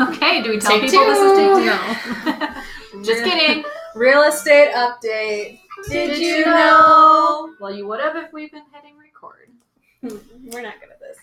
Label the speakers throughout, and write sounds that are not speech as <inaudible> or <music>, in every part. Speaker 1: Okay, do we tell
Speaker 2: Take
Speaker 1: people
Speaker 2: two.
Speaker 1: this is take two? Just kidding.
Speaker 2: Real estate update. Did,
Speaker 1: Did
Speaker 2: you
Speaker 1: you
Speaker 2: know?
Speaker 1: Well, you would have if we've been hitting record.
Speaker 2: <laughs> We're not good at this.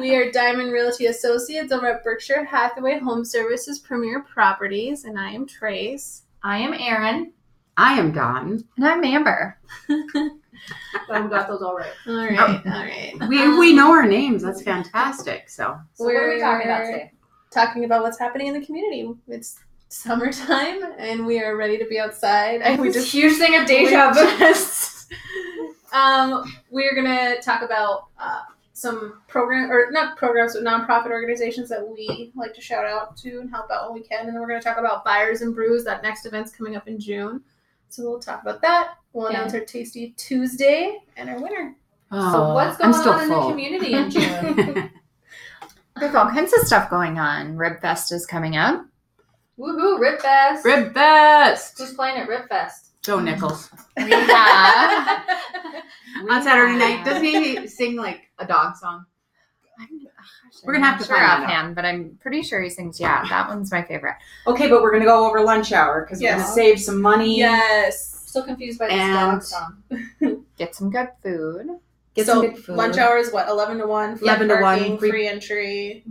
Speaker 2: We are Diamond Realty Associates over at Berkshire Hathaway Home Services Premier Properties, and I am Trace.
Speaker 1: I am Erin.
Speaker 3: I am Don.
Speaker 4: And I'm Amber.
Speaker 1: But we got those all right.
Speaker 2: All right,
Speaker 4: Oh.
Speaker 2: all right.
Speaker 3: We, we know our names. That's fantastic. So
Speaker 4: So what are we talking about today?
Speaker 2: Talking about what's happening in the community. It's summertime, and we are ready to be outside. <laughs> And we just
Speaker 1: huge thing of
Speaker 2: We
Speaker 4: <laughs>
Speaker 2: just- um, we're gonna talk about uh, some program or not programs, but nonprofit organizations that we like to shout out to and help out when we can. And then we're gonna talk about Buyers and Brews. That next event's coming up in June, so we'll talk about that. We'll
Speaker 1: Yeah.
Speaker 2: announce our Tasty Tuesday and our winner.
Speaker 1: So
Speaker 3: Oh,
Speaker 1: what's
Speaker 3: I'm
Speaker 1: going
Speaker 3: still
Speaker 1: on in the
Speaker 3: full.
Speaker 1: community <laughs> in June?
Speaker 4: There's all kinds of stuff going on. Rib Fest is coming up.
Speaker 1: Woohoo, Rib Fest.
Speaker 3: Rib Fest.
Speaker 1: Who's playing at Rib <laughs> Fest?
Speaker 3: Joe Nichols
Speaker 4: We have. <laughs>
Speaker 3: on Saturday night. Doesn't
Speaker 1: <laughs>
Speaker 3: he sing like a dog song? We're gonna have to
Speaker 4: sure
Speaker 3: find that
Speaker 4: offhand, but I'm pretty sure he sings. Yeah, that one's my favorite.
Speaker 5: Okay, but we're gonna go over lunch hour because we're
Speaker 2: Yes.
Speaker 5: gonna save some money.
Speaker 2: yes.
Speaker 1: Still confused by this
Speaker 3: And-
Speaker 1: dog song.
Speaker 4: Get some good food.
Speaker 3: Get
Speaker 2: so
Speaker 3: some good food.
Speaker 2: lunch hour is what eleven to one. free
Speaker 3: 11 to 1,
Speaker 2: parking,
Speaker 3: free-
Speaker 2: free entry.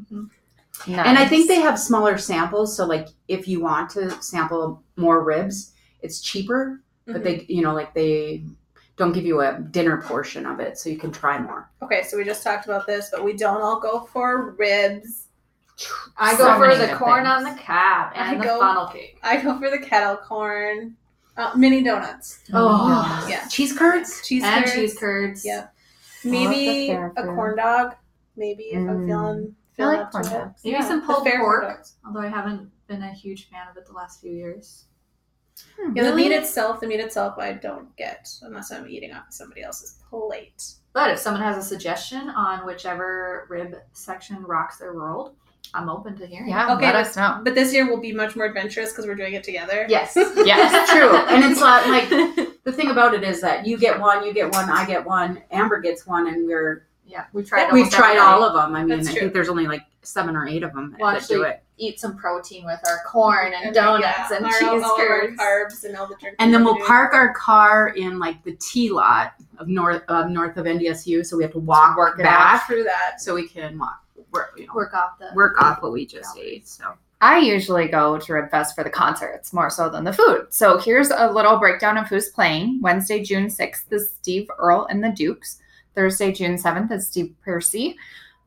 Speaker 3: And I think
Speaker 4: Nice.
Speaker 3: they have smaller samples, so like if you want to sample more ribs, it's cheaper.
Speaker 2: Mm-hmm.
Speaker 3: But they,
Speaker 1: Mm-hmm.
Speaker 3: you know, like they don't give you a dinner portion of it, so you can try more.
Speaker 2: Okay, so we just talked about this, but we don't all go for ribs.
Speaker 1: I
Speaker 4: So
Speaker 1: go for
Speaker 4: many
Speaker 1: the
Speaker 4: good
Speaker 1: corn on
Speaker 4: things.
Speaker 1: the cob and
Speaker 2: I
Speaker 1: the
Speaker 2: go-
Speaker 1: funnel cake.
Speaker 2: I go for the kettle corn, uh, mini donuts,
Speaker 3: Oh,
Speaker 2: Yeah.
Speaker 3: cheese curds.
Speaker 2: cheese
Speaker 1: and
Speaker 2: curds,
Speaker 1: cheese curds.
Speaker 2: Yeah.
Speaker 4: I
Speaker 2: maybe
Speaker 4: love the
Speaker 2: a
Speaker 4: fair
Speaker 2: corn dog. Maybe if
Speaker 4: Mm.
Speaker 2: I'm feeling
Speaker 4: I
Speaker 2: feeling
Speaker 4: like
Speaker 2: up
Speaker 4: corn
Speaker 2: to it.
Speaker 4: dogs.
Speaker 1: Maybe
Speaker 2: Yeah,
Speaker 1: some
Speaker 2: the
Speaker 1: pulled
Speaker 2: fair corn
Speaker 1: pork.
Speaker 2: dogs.
Speaker 1: Although I haven't been a huge fan of it the last few years.
Speaker 2: Yeah, the
Speaker 1: Really?
Speaker 2: meat itself, the meat itself, I don't get unless I'm eating off of somebody else's plate.
Speaker 1: But if someone has a suggestion on whichever rib section rocks their world, I'm open to hearing.
Speaker 4: Yeah,
Speaker 2: Okay,
Speaker 4: let
Speaker 2: but-
Speaker 4: us
Speaker 1: Oh.
Speaker 4: know.
Speaker 2: But this year will be much more adventurous because we're doing it together.
Speaker 1: <laughs> Yes.
Speaker 4: Yes, <laughs>
Speaker 3: It's <laughs> true, and it's not like the thing about it is that you get one, you get one, I get one, Amber gets one, and we're
Speaker 1: yeah, we've tried.
Speaker 3: we've
Speaker 1: almost
Speaker 3: tried
Speaker 1: everything.
Speaker 3: all of them. I mean,
Speaker 2: That's
Speaker 3: I
Speaker 2: true.
Speaker 3: think there's only like seven or eight of them
Speaker 1: Well,
Speaker 3: that do
Speaker 1: actually-
Speaker 3: it.
Speaker 1: Eat some protein with our corn and
Speaker 2: Okay,
Speaker 1: donuts
Speaker 2: yeah,
Speaker 1: Oh, and
Speaker 2: our-
Speaker 1: cheese
Speaker 2: all of our
Speaker 1: curds.
Speaker 2: carbs, and all the drinks.
Speaker 3: And then we'll
Speaker 2: do.
Speaker 3: park our car in like the T lot of north of north of NDSU, so we have to walk
Speaker 4: Work it
Speaker 3: back
Speaker 2: through that.
Speaker 3: so we can walk work, you know,
Speaker 1: Work off the.
Speaker 3: work off what we just ate. So
Speaker 4: I usually go to Rib Fest for the concerts more so than the food. So here's a little breakdown of who's playing. Wednesday, June 6th is Steve Earle and the Dukes. Thursday, June 7th is Steve Percy.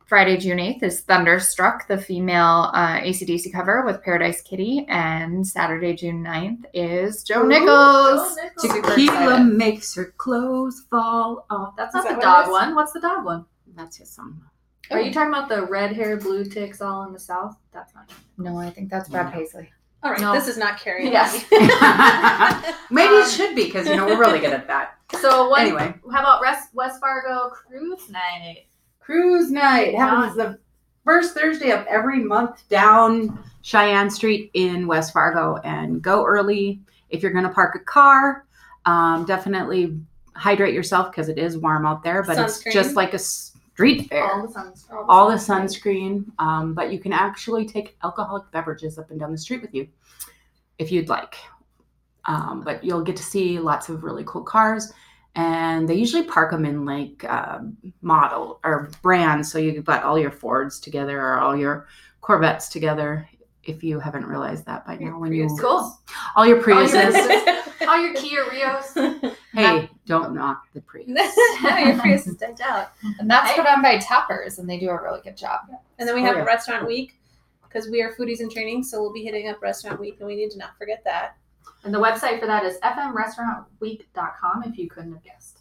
Speaker 4: Friday, June 8th is Thunderstruck, the female uh, ACDC cover with Paradise Kitty. And Saturday, June 9th is Joe
Speaker 2: Ooh,
Speaker 4: Nichols.
Speaker 1: Oh,
Speaker 2: Joe Nichols.
Speaker 4: Super
Speaker 3: tequila
Speaker 4: excited.
Speaker 3: makes her clothes fall off.
Speaker 1: That's
Speaker 2: Is
Speaker 1: not
Speaker 2: that
Speaker 1: the
Speaker 2: what it
Speaker 1: dog
Speaker 2: is?
Speaker 1: one. What's the dog one?
Speaker 3: That's his song. <laughs>
Speaker 2: Oh,
Speaker 1: Are you talking about the red hair, blue ticks, all in the south? That's not.
Speaker 4: No, I think that's Brad Paisley.
Speaker 2: All right,
Speaker 1: No.
Speaker 2: <laughs> this is not carrying.
Speaker 1: Yes.
Speaker 3: Maybe
Speaker 1: Um,
Speaker 3: it should be because you know we're really good at that.
Speaker 1: So what?
Speaker 3: Anyway,
Speaker 1: How about West, West Fargo cruise night?
Speaker 3: cruise night happens the first Thursday of every month down Cheyenne Street in West Fargo, and go early if you're going to park a car. Um, definitely hydrate yourself because it is warm out there, but
Speaker 2: Sunscreen.
Speaker 3: it's just like a street fair.
Speaker 1: All the suns.
Speaker 3: All the sunscreen, um, but you can actually take alcoholic beverages up and down the street with you if you'd like. Um, but you'll get to see lots of really cool cars, and they usually park them in like uh, model or brands. So you can put all your Fords together or all your Corvettes together. If you haven't realized that by now, when you
Speaker 2: Priuses.
Speaker 1: <laughs> Cool.
Speaker 3: all your
Speaker 1: your
Speaker 3: Priuses,
Speaker 1: All your Kia Rios.
Speaker 3: <laughs> hey, don't knock the
Speaker 1: <laughs>
Speaker 3: Prius.
Speaker 2: <laughs> Your Prius is decked out.
Speaker 4: And that's put on by Toppers, and they do a really good job.
Speaker 2: And then we
Speaker 3: Oh,
Speaker 2: have
Speaker 3: yeah.
Speaker 2: restaurant week because we are foodies in training, so we'll be hitting up restaurant week, and we need to not forget that.
Speaker 1: And the website for that is fmrestaurantweek.com if you couldn't have guessed.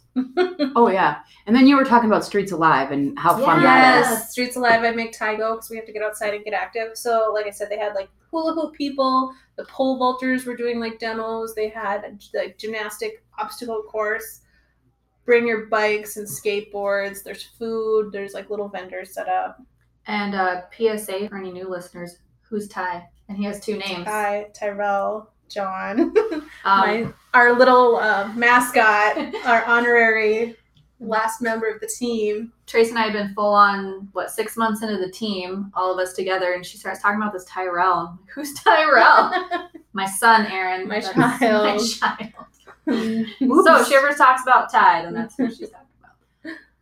Speaker 3: Oh yeah, and then you were talking about Streets Alive and how fun that is.
Speaker 1: Yes.
Speaker 2: Streets Alive. I make Thai go because we have to get outside and get active. So, like I said, they had like hula hoop people. The pole vaulters were doing like demos. They had like gymnastic obstacle course. Bring your bikes and skateboards. There's food. There's like little vendors set up.
Speaker 1: And uh, PSA for any new listeners, who's Ty? And he has two names.
Speaker 2: Ty, Tyrell, John. <laughs>
Speaker 1: Um, <laughs>
Speaker 2: my our little uh, mascot, our honorary last member of the team.
Speaker 1: Trace and I had been full on what six months into the team, all of us together, and she starts talking about this Tyrell. I'm like, Who's Tyrell?
Speaker 2: <laughs>
Speaker 1: my son, Aaron.
Speaker 2: My
Speaker 1: That's
Speaker 2: child.
Speaker 1: <laughs> My child. So
Speaker 3: Oops.
Speaker 1: if she ever talks about Ty, then that's who she's talking
Speaker 2: <laughs>
Speaker 1: about.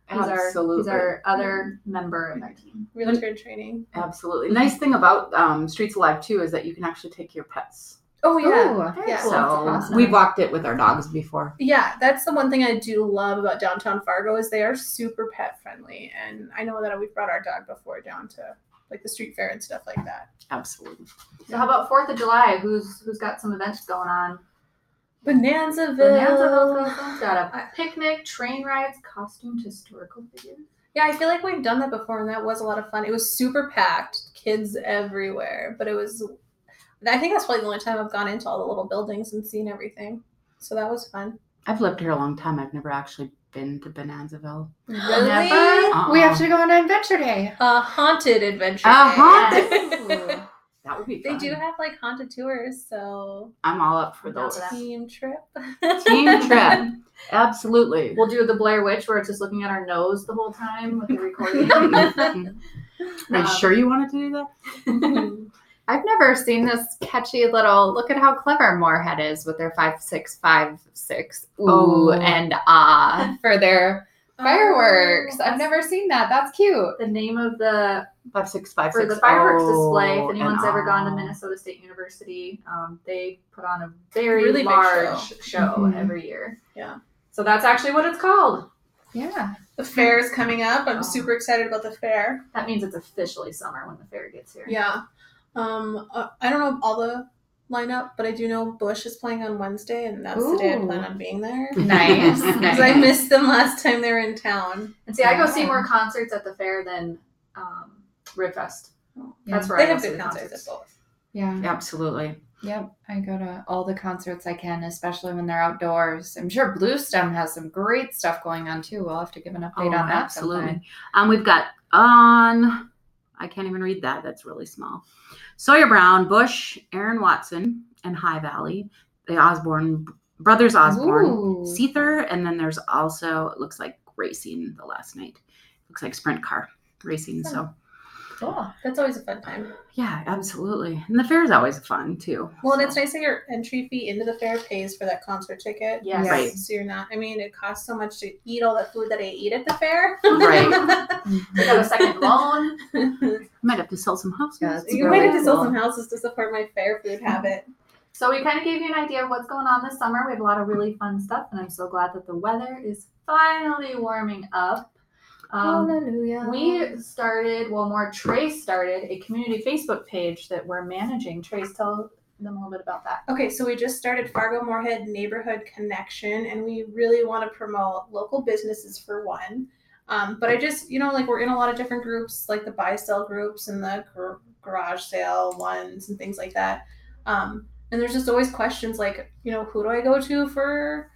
Speaker 1: He's our, he's
Speaker 3: Absolutely.
Speaker 1: our other member of our team.
Speaker 2: Realtor in training.
Speaker 3: Absolutely. Nice thing about um, Streets Alive too is that you can actually take your pets.
Speaker 2: Oh
Speaker 4: yeah.
Speaker 1: Very
Speaker 2: Yeah.
Speaker 1: cool.
Speaker 3: so
Speaker 1: That's awesome.
Speaker 3: we walked it with our dogs before.
Speaker 2: Yeah, that's the one thing I do love about downtown Fargo is they are super pet friendly, and I know that we've brought our dog before down to like the street fair and stuff like that.
Speaker 3: Absolutely.
Speaker 1: So how about Fourth of July? Who's who's got some events going on?
Speaker 2: Bonanzaville.
Speaker 1: Bonanza Hill's got a picnic, train rides, costumed historical figures.
Speaker 2: Yeah, I feel like we've done that before, and that was a lot of fun. It was super packed, kids everywhere, but it was. I think that's probably the only time I've gone into all the little buildings and seen everything. So that was fun.
Speaker 3: I've lived here a long time. I've never actually been to Bonanzaville.
Speaker 1: Never?
Speaker 3: Uh-uh.
Speaker 4: We have to go on an adventure day.
Speaker 2: A haunted adventure.
Speaker 3: A
Speaker 2: day.
Speaker 3: haunted-
Speaker 1: Yes.
Speaker 3: That would be
Speaker 2: <laughs> They
Speaker 3: fun.
Speaker 2: do have like haunted tours, so
Speaker 3: I'm all up for
Speaker 1: I'm down
Speaker 3: those.
Speaker 1: for that.
Speaker 2: team trip.
Speaker 3: Team trip.
Speaker 1: <laughs>
Speaker 3: Absolutely.
Speaker 1: We'll do the Blair Witch where it's just looking at our nose the whole time with the recording.
Speaker 2: <laughs>
Speaker 3: Mhm. Are you
Speaker 1: Um,
Speaker 3: sure you wanted to do that?
Speaker 2: Mm-hmm.
Speaker 4: I've never seen this catchy little look at how clever Moorhead is with their five six five six ooh
Speaker 3: Oh.
Speaker 4: and <laughs> ah for their <laughs> fireworks.
Speaker 2: Oh,
Speaker 4: I've never seen that. That's cute.
Speaker 1: the name of the
Speaker 3: Five six five
Speaker 1: for
Speaker 3: six.
Speaker 1: the fireworks display.
Speaker 3: oh,
Speaker 1: If anyone's
Speaker 3: and
Speaker 1: ever gone to
Speaker 3: oh.
Speaker 1: Minnesota <laughs> State University, um, they put on a very
Speaker 2: Really big
Speaker 1: large
Speaker 2: show.
Speaker 1: show,
Speaker 3: Mm-hmm.
Speaker 4: Mhm.
Speaker 1: every year.
Speaker 2: Yeah. that's.
Speaker 1: So that's actually what it's called.
Speaker 4: Yeah.
Speaker 2: The fair is coming up. I'm
Speaker 1: Oh.
Speaker 2: super excited about the fair.
Speaker 1: That means it's officially summer when the fair gets here.
Speaker 2: Yeah. Um, uh, I don't know all the lineup, but I do know Bush is playing on Wednesday, and that's the day I plan
Speaker 4: Ooh.
Speaker 2: on being there.
Speaker 4: Nice.
Speaker 3: <laughs>
Speaker 2: Because I missed them last time they were in town.
Speaker 1: And see, I go see
Speaker 4: Yeah.
Speaker 1: more concerts at the fair than um, Ribfest. That's where
Speaker 2: They
Speaker 1: I go
Speaker 2: have
Speaker 1: see
Speaker 2: good
Speaker 1: the
Speaker 2: concerts at
Speaker 1: concerts.
Speaker 2: both.
Speaker 4: Yeah.
Speaker 3: Absolutely.
Speaker 4: Yep, I go to all the concerts I can, especially when they're outdoors. I'm sure Blue Stem has some great stuff going on too. We'll have to give an update
Speaker 3: Oh,
Speaker 4: on that.
Speaker 3: absolutely.
Speaker 4: sometime.
Speaker 3: Um, we've got on. I can't even read that. That's really small. Sawyer Brown, Bush, Aaron Watson, and High Valley. The Osborne brothers, Osborne,
Speaker 4: Ooh.
Speaker 3: Seether, and then there's also it looks like racing the last night. Looks like sprint car
Speaker 4: Hmm.
Speaker 3: racing. So
Speaker 4: Cool.
Speaker 2: That's always a fun time.
Speaker 3: yeah, absolutely. And the fair is always fun too.
Speaker 2: Well, and it's nice that your entry fee into the fair pays for that concert ticket.
Speaker 1: Yes.
Speaker 4: Right.
Speaker 2: So you're not. I mean, it costs so much to eat all the food that I eat at the
Speaker 4: <laughs>
Speaker 2: fair.
Speaker 1: <laughs>
Speaker 3: Right.
Speaker 1: I
Speaker 4: Um,
Speaker 1: got a second loan.
Speaker 3: Might have to sell some houses.
Speaker 4: Yeah, it's
Speaker 2: you might have to sell some houses to support my fair food habit.
Speaker 1: So we kind of gave you an idea of what's going on this summer. We have a lot of really fun stuff, and I'm so glad that the weather is finally warming up. Um,
Speaker 4: Hallelujah.
Speaker 1: we started, well, more Trace started a community Facebook page that we're managing. Trace, tell them a little bit about that.
Speaker 2: Okay, so we just started Fargo Moorhead Neighborhood Connection, and we really want to promote local businesses for one. Um, but I just, you know, like we're in a lot of different groups, like the buy sell groups and the gar- garage sale ones and things like that. Um, and there's just always questions like, you know, who do I go to for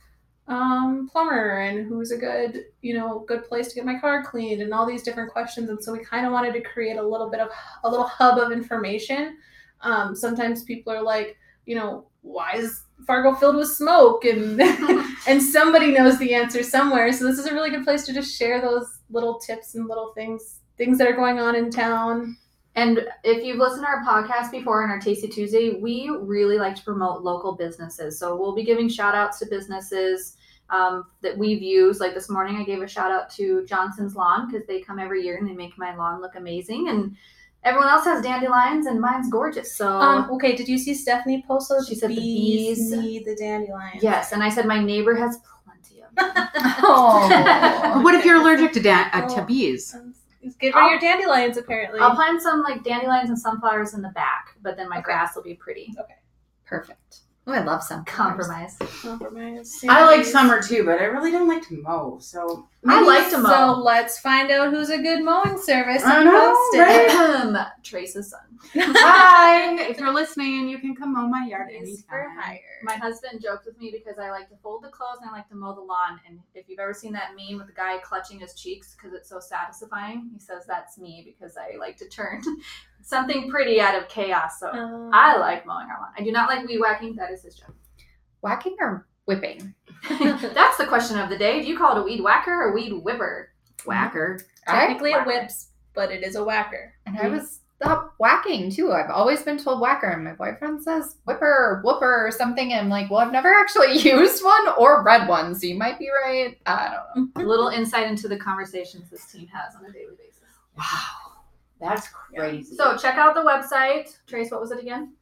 Speaker 2: um, plumber and who's a good, you know, good place to get my car cleaned and all these different questions. And so we kind of wanted to create a little bit of a little hub of information. Um, sometimes people are like, you know, why is Fargo filled with smoke?
Speaker 1: <laughs>
Speaker 2: And <laughs> and somebody knows the answer somewhere. So this is a really good place to just share those little tips and little things, things that are going on in town.
Speaker 1: And if you've listened to our podcast before on our Tasty Tuesday, we really like to promote local businesses. So we'll be giving shout outs to businesses um, that we've used. Like this morning, I gave a shout out to Johnson's Lawn because they come every year and they make my lawn look amazing. And everyone else has dandelions, and mine's gorgeous. So.
Speaker 2: Um, okay, did you see Stephanie post those?
Speaker 1: She said the bees.
Speaker 2: need the dandelions.
Speaker 1: Yes, and I said my neighbor has plenty of. Them.
Speaker 4: <laughs> Oh.
Speaker 3: What if you're allergic to da- uh, to
Speaker 2: Oh.
Speaker 3: bees?
Speaker 2: Get rid of your dandelions, apparently.
Speaker 1: I'll plant some like dandelions and sunflowers in the back, but then my
Speaker 2: Okay.
Speaker 1: grass will be pretty.
Speaker 4: Perfect. Oh, I love some
Speaker 1: Compromise.
Speaker 2: Compromise.
Speaker 5: I like
Speaker 2: Yes.
Speaker 5: summer too, but I really don't like to mow. So
Speaker 1: I like to mow.
Speaker 2: So let's find out who's a good mowing service
Speaker 5: I
Speaker 2: and
Speaker 5: know,
Speaker 2: post it.
Speaker 5: right?
Speaker 1: <laughs> Trace's son.
Speaker 3: Hi, if you're listening, you can come mow my yard
Speaker 2: Is for
Speaker 3: anytime.
Speaker 2: hire.
Speaker 1: My husband jokes with me because I like to fold the clothes and I like to mow the lawn. And if you've ever seen that meme with the guy clutching his cheeks because it's so satisfying, he says that's me because I like to turn <laughs> something pretty out of chaos. So
Speaker 2: Um,
Speaker 1: I like mowing our lawn. I do not like weed whacking. That is his job.
Speaker 4: Whacking or whipping.
Speaker 1: <laughs> That's the question of the day. Do you call it a weed whacker or a weed whipper?
Speaker 3: Whacker.
Speaker 2: Technically,
Speaker 4: I
Speaker 2: it whips, but it is a whacker.
Speaker 4: Mm-hmm. And I was stop whacking too. I've always been told whacker, and my boyfriend says whipper or whooper or something. And I'm like, well, I've never actually <laughs> used one or read one, so you might be right. I don't know.
Speaker 1: A little insight into the conversations this team has on a daily basis.
Speaker 3: Wow.
Speaker 5: That's crazy.
Speaker 1: So check out the website. Trace, what was it again?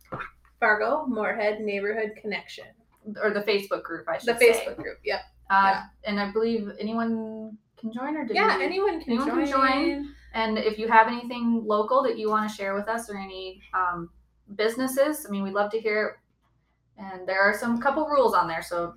Speaker 2: Fargo, Moorhead, Neighborhood Connection.
Speaker 1: Or the Facebook group, I should
Speaker 2: The
Speaker 1: say.
Speaker 2: Facebook group. Yep.
Speaker 1: Uh,
Speaker 2: yeah.
Speaker 1: And I believe anyone can join or did
Speaker 2: Yeah,
Speaker 1: we-
Speaker 2: anyone can
Speaker 1: anyone can
Speaker 2: join.
Speaker 1: And if you have anything local that you want to share with us or any um, businesses, I mean, we'd love to hear it. And there are some couple rules on there, so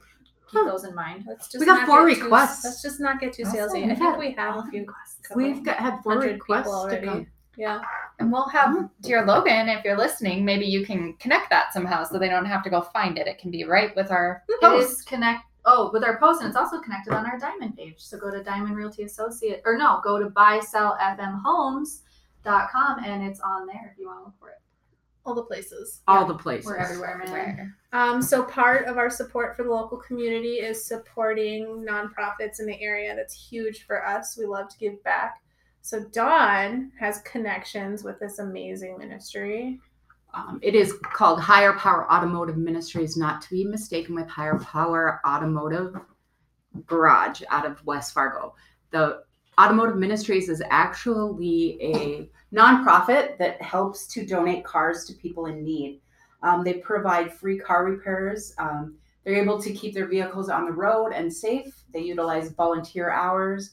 Speaker 1: keep
Speaker 3: Hmm.
Speaker 1: those in mind.
Speaker 2: Let's just
Speaker 3: We got
Speaker 2: not
Speaker 3: four
Speaker 2: get too-
Speaker 3: requests.
Speaker 2: let's just not get too
Speaker 4: Awesome.
Speaker 2: salesy. I think we have a few.
Speaker 1: requests.
Speaker 2: couple
Speaker 3: We've got had four
Speaker 2: hundred people
Speaker 3: requests to
Speaker 2: already.
Speaker 3: come.
Speaker 2: Yeah.
Speaker 4: And we'll
Speaker 3: Mm-hmm.
Speaker 4: have dear Logan, if you're listening, maybe you can connect that somehow so they don't have to go find it. It can be right with our
Speaker 1: It
Speaker 4: post.
Speaker 1: is connect. Oh, with our post, and it's also connected on our Diamond page. So go to Diamond Realty Associate, or no, go to buysellfmhomes.com, and it's on there if you want to look for it.
Speaker 2: All the places.
Speaker 3: All the places.
Speaker 1: We're everywhere,
Speaker 3: Mm-hmm.
Speaker 1: man.
Speaker 2: Um, so part of our support for the local community is supporting nonprofits in the area. That's huge for us. We love to give back. So Dawn has connections with this amazing ministry.
Speaker 3: Um, it is called Higher Power Automotive Ministries, not to be mistaken with Higher Power Automotive Garage out of West Fargo. The Automotive Ministries is actually a
Speaker 5: nonprofit that helps to donate cars to people in need. Um, they provide free car repairs. Um, they're able to keep their vehicles on the road and safe. They utilize volunteer hours,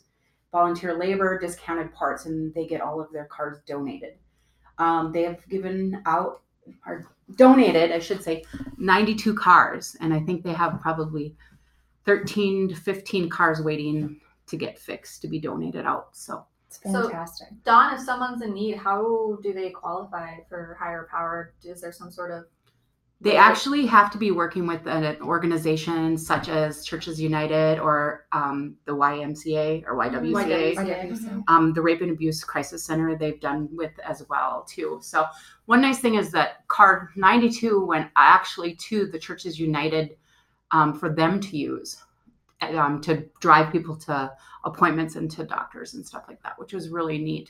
Speaker 5: volunteer labor, discounted parts, and they get all of their cars donated. Um, they have given out or donated, I should say,
Speaker 3: 92 cars, and I think they have probably 13 to 15 cars waiting to get fixed to be donated out. So
Speaker 4: It's
Speaker 1: So-
Speaker 4: fantastic.
Speaker 1: Don, if someone's in need, how do they qualify for higher power? Is there some sort of
Speaker 3: they actually have to be working with an, an organization such as Churches United or um, the YMCA or YWCA.
Speaker 4: Mm-hmm.
Speaker 3: um, the Rape and Abuse Crisis Center they've done with as well too. So one nice thing is that card 92 went actually to the Churches United um, for them to use and, um, to drive people to appointments and to doctors and stuff like that, which was really neat.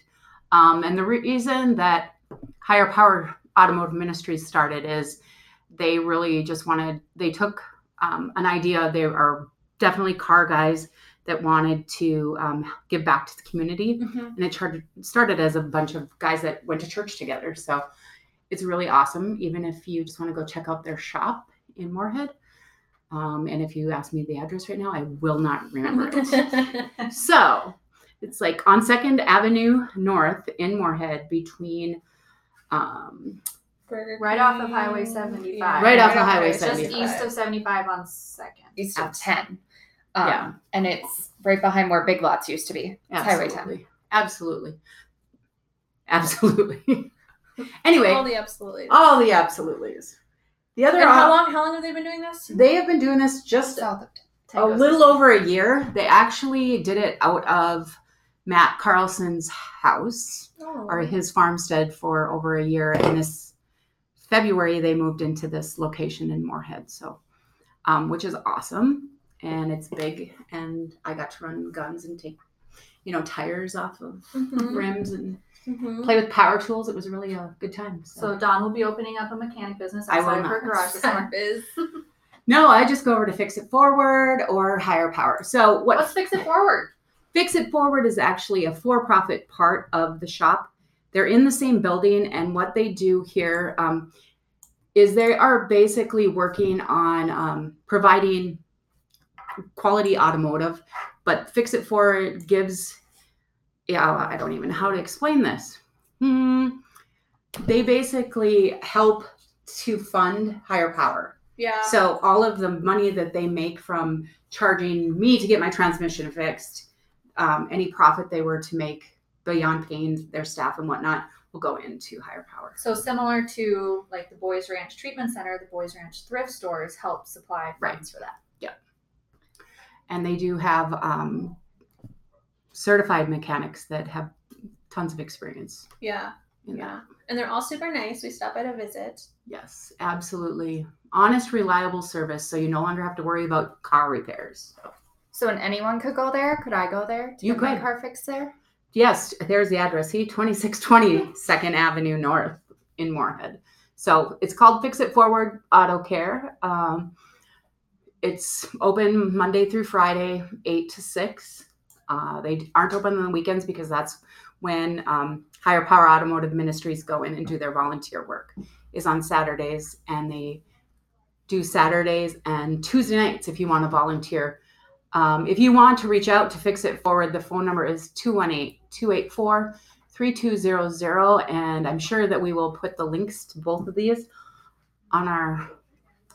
Speaker 3: Um, and the reason that Higher Power Automotive Ministries started is they really just wanted they took um, an idea. They are definitely car guys that wanted to um, give back to the community and it charted, started as a bunch of guys that went to church together. So it's really awesome. Even if you just want to go check out their shop in Moorhead, um, and if you ask me the address right now, I will not remember it. so it's like on Second Avenue North in Moorhead, between um,
Speaker 2: Burger
Speaker 1: Right off of
Speaker 2: King.
Speaker 1: Highway 75.
Speaker 3: Right off of Highway
Speaker 1: It's just
Speaker 3: 75.
Speaker 1: east of 75 on second?
Speaker 4: east of
Speaker 3: Abs-
Speaker 4: 10. Um,
Speaker 3: Yeah.
Speaker 4: And it's right behind where Big Lots used to be. It's Highway 10.
Speaker 3: absolutely, absolutely, absolutely. <laughs> anyway,
Speaker 2: All the absolutely.
Speaker 5: all the absolutelys. The other
Speaker 2: and how
Speaker 5: op-
Speaker 2: long? How long have they been doing this?
Speaker 5: they have been doing this just
Speaker 4: South of 10.
Speaker 3: a little over a year. They actually did it out of Matt Carlson's house
Speaker 2: Oh.
Speaker 3: or his farmstead for over a year. And this February, they moved into this location in Moorhead, so um, which is awesome. And it's big, and I got to run guns and take, you know, tires off of
Speaker 2: Mhm.
Speaker 3: rims and
Speaker 2: Mhm.
Speaker 3: play with power tools. It was really a good time.
Speaker 1: So Don will be opening up a mechanic business
Speaker 3: I will
Speaker 1: outside of her
Speaker 3: not.
Speaker 1: garage <laughs> this summer.
Speaker 3: no, I just go over to Fix It Forward or Higher Power. So what
Speaker 1: Let's fix it forward.
Speaker 3: Fix It Forward is actually a for profit part of the shop. They're in the same building, and what they do here um, is they are basically working on um, providing quality automotive, but Fix It Forward gives, yeah, I don't even know how to explain this. Hmm. They basically help to fund higher power.
Speaker 2: Yeah.
Speaker 3: So all of the money that they make from charging me to get my transmission fixed, um, any profit they were to make beyond paying their staff and whatnot will go into higher power.
Speaker 1: So similar to like the Boys Ranch Treatment Center, the Boys Ranch thrift stores help supply funds for that.
Speaker 3: And they do have um, certified mechanics that have tons of experience.
Speaker 2: yeah.
Speaker 3: in that.
Speaker 2: Yeah. And they're all super nice. We stopped by to visit.
Speaker 3: Yes, absolutely. Honest, reliable service, so you no longer have to worry about car repairs.
Speaker 4: So, and anyone could go there. Could I go there to
Speaker 3: You
Speaker 4: get my
Speaker 3: could.
Speaker 4: car fixed there?
Speaker 3: Yes, there's the address. See, 2620 Second Avenue North in Moorhead. So it's called Fix It Forward Auto Care. Um, it's open Monday through Friday, 8 to 6. Uh, they aren't open on the weekends because that's when um, Higher Power Automotive Ministries go in and do their volunteer work is on Saturdays and they do Saturdays and Tuesday nights if you want to volunteer. Um, if you want to reach out to Fix It Forward, the phone number is 218 284 3200. And I'm sure that we will put the links to both of these on our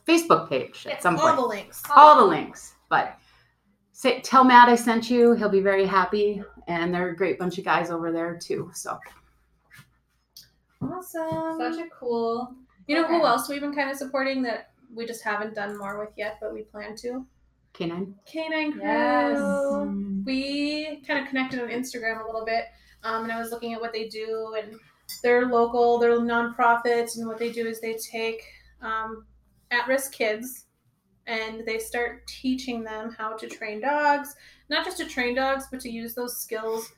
Speaker 3: Facebook page at some
Speaker 2: all
Speaker 3: point.
Speaker 2: the links.
Speaker 3: All the links. But say, tell Matt I sent you. He'll be very happy. And they're a great bunch of guys over there, too. So
Speaker 2: Awesome.
Speaker 1: Such a cool.
Speaker 2: you know who
Speaker 1: program.
Speaker 2: else we've been kind of supporting that we just haven't done more with yet, but we plan to?
Speaker 3: canine.
Speaker 2: Canine Crew. we kind of connected on Instagram a little bit, um, and I was looking at what they do, and they're local, they're nonprofits, and what they do is they take um, at-risk kids and they start teaching them how to train dogs, not just to train dogs, but to use those skills,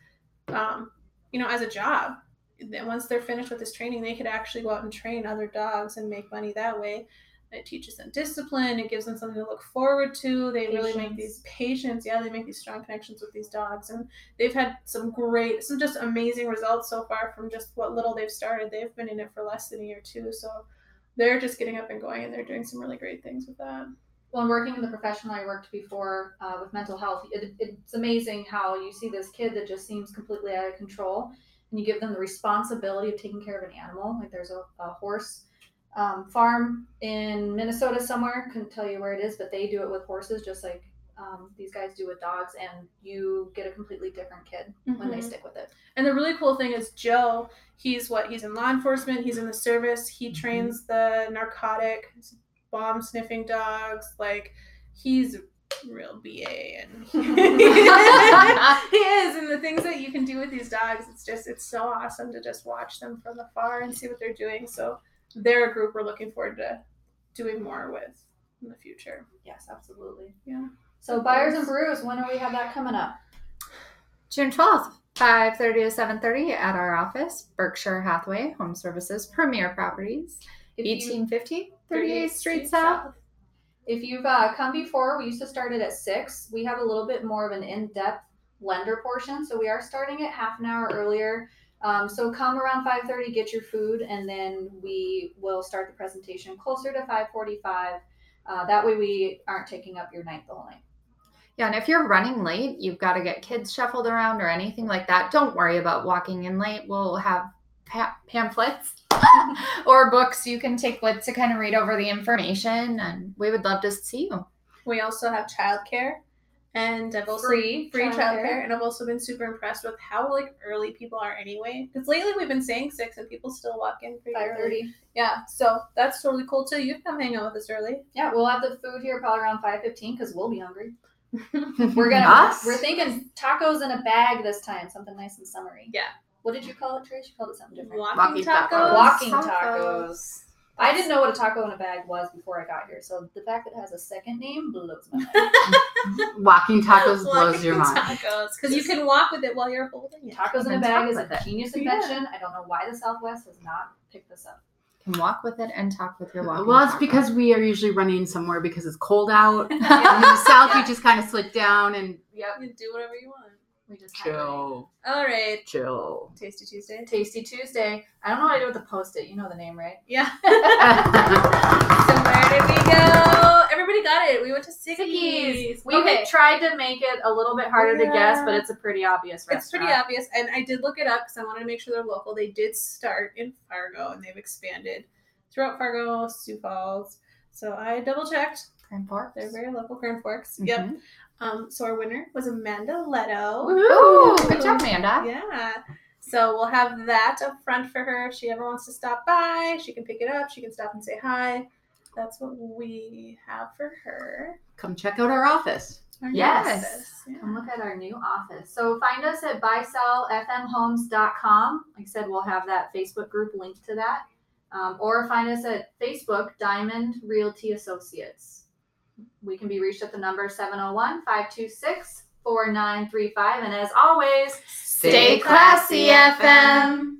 Speaker 2: um, you know, as a job. And once they're finished with this training, they could actually go out and train other dogs and make money that way. It teaches them discipline. It gives them something to look forward to. They really make
Speaker 1: Patience.
Speaker 2: these patients. Yeah, they make these strong connections with these dogs, and they've had some great, some just amazing results so far from just what little they've started. They've been in it for less than a year too, so they're just getting up and going, and they're doing some really great things with that.
Speaker 1: when working in the profession I worked before uh, with mental health, it, it's amazing how you see this kid that just seems completely out of control, and you give them the responsibility of taking care of an animal. Like there's a, a horse um, farm in Minnesota somewhere, couldn't tell you where it is, but they do it with horses, just like um, these guys do with dogs, and you get a completely different kid when
Speaker 2: Mm-hmm.
Speaker 1: they stick with it.
Speaker 2: And the really cool thing is Joe, he's what he's in law enforcement, he's in the service, he trains the narcotic bomb sniffing dogs, like he's a real BA and <laughs> he is and the things that you can do with these dogs, it's just it's so awesome to just watch them from afar and see what they're doing. So they're a group we're looking forward to doing more with in the future.
Speaker 1: Yes, absolutely.
Speaker 2: Yeah.
Speaker 1: So buyers and brewers, when do we have that coming up?
Speaker 4: June 12th, 5.30 to 7.30 at our office, Berkshire Hathaway Home Services, Premier Properties,
Speaker 1: If you-
Speaker 4: 1850
Speaker 1: 38th
Speaker 4: 38th
Speaker 1: Street
Speaker 4: Street South.
Speaker 1: If you've uh, come before, we used to start it at six. We have a little bit more of an in-depth lender portion, so we are starting it half an hour earlier. Um, so come around five thirty, get your food, and then we will start the presentation closer to five forty-five. Uh, that way, we aren't taking up your night the whole night.
Speaker 4: Yeah, and if you're running late, you've got to get kids shuffled around or anything like that. Don't worry about walking in late. We'll have pa- pamphlets <laughs> or books you can take with to kind of read over the information, and we would love to see you.
Speaker 2: We also have childcare and I've also
Speaker 1: Free,
Speaker 2: free childcare, and I've also been super impressed with how like early people are anyway. Because lately we've been saying six, and people still walk in pretty
Speaker 1: Five
Speaker 2: early.
Speaker 1: thirty.
Speaker 2: Yeah, so that's totally cool too. You can come hang out with us early.
Speaker 1: Yeah, we'll have the food here probably around five fifteen because we'll be hungry. We're
Speaker 3: <laughs>
Speaker 1: gonna.
Speaker 3: Us?
Speaker 1: We're thinking tacos in a bag this time, something nice and summery.
Speaker 2: Yeah.
Speaker 1: What did you call it, Trish? You called it something different.
Speaker 2: Walking
Speaker 3: Walking
Speaker 2: tacos.
Speaker 3: tacos.
Speaker 1: Walking
Speaker 4: tacos.
Speaker 1: tacos. I didn't know what a taco in a bag was before I got here, so the fact that it has a second name blows my <laughs> mind.
Speaker 3: <laughs> Walking
Speaker 1: <laughs>
Speaker 3: tacos blows your mind.
Speaker 2: tacos, because you can walk with it while you're holding it.
Speaker 1: Tacos in a
Speaker 4: Even
Speaker 1: bag
Speaker 4: talk
Speaker 1: is a
Speaker 4: with it.
Speaker 1: genius
Speaker 2: Yeah.
Speaker 1: invention. I don't know why the Southwest has not picked this up.
Speaker 4: You can walk with it and talk with your walking.
Speaker 3: Well, it's
Speaker 4: taco. <laughs>
Speaker 3: because we are usually running somewhere because it's cold out.
Speaker 1: <laughs>
Speaker 3: In the south, you just kind of slip down and
Speaker 1: Yep,
Speaker 2: You can do whatever you want.
Speaker 1: we just have
Speaker 3: chill,
Speaker 2: All right,
Speaker 3: chill. <laughs>
Speaker 2: Tasty Tuesday.
Speaker 1: it. Tasty Tuesday. I don't know what I do with the post-it. You know the name, right?
Speaker 2: Yeah. So
Speaker 3: That's
Speaker 2: where did we go? Everybody got it. We went to Siggy's.
Speaker 1: We had tried to make it a little bit harder to guess, but Oh, it's a pretty obvious
Speaker 2: It's pretty
Speaker 1: restaurant.
Speaker 2: obvious, and I did look it up because I wanted to make sure they're local. They did start in Fargo, and they've expanded throughout Fargo, Sioux Falls. So I double checked.
Speaker 4: Grand Forks.
Speaker 2: They're very local, Grand Forks. Yep.
Speaker 1: Mm-hmm.
Speaker 2: Um, so our winner was Amanda Leto.
Speaker 4: Ooh, good job, Amanda.
Speaker 2: Yeah. So we'll have that up front for her. If she ever wants to stop by, she can pick it up. She can stop and say hi. That's what we have for her.
Speaker 3: Come check out our office.
Speaker 2: Our new
Speaker 1: Yes.
Speaker 2: office. Yeah.
Speaker 1: Come look at our new office. So find us at buysellfmhomes.com. Like I said, we'll have that Facebook group linked to that. Um, or find us at Facebook, Diamond Realty Associates. We can be reached at the number 701 526 4935. And as always,
Speaker 4: Stay classy, FM.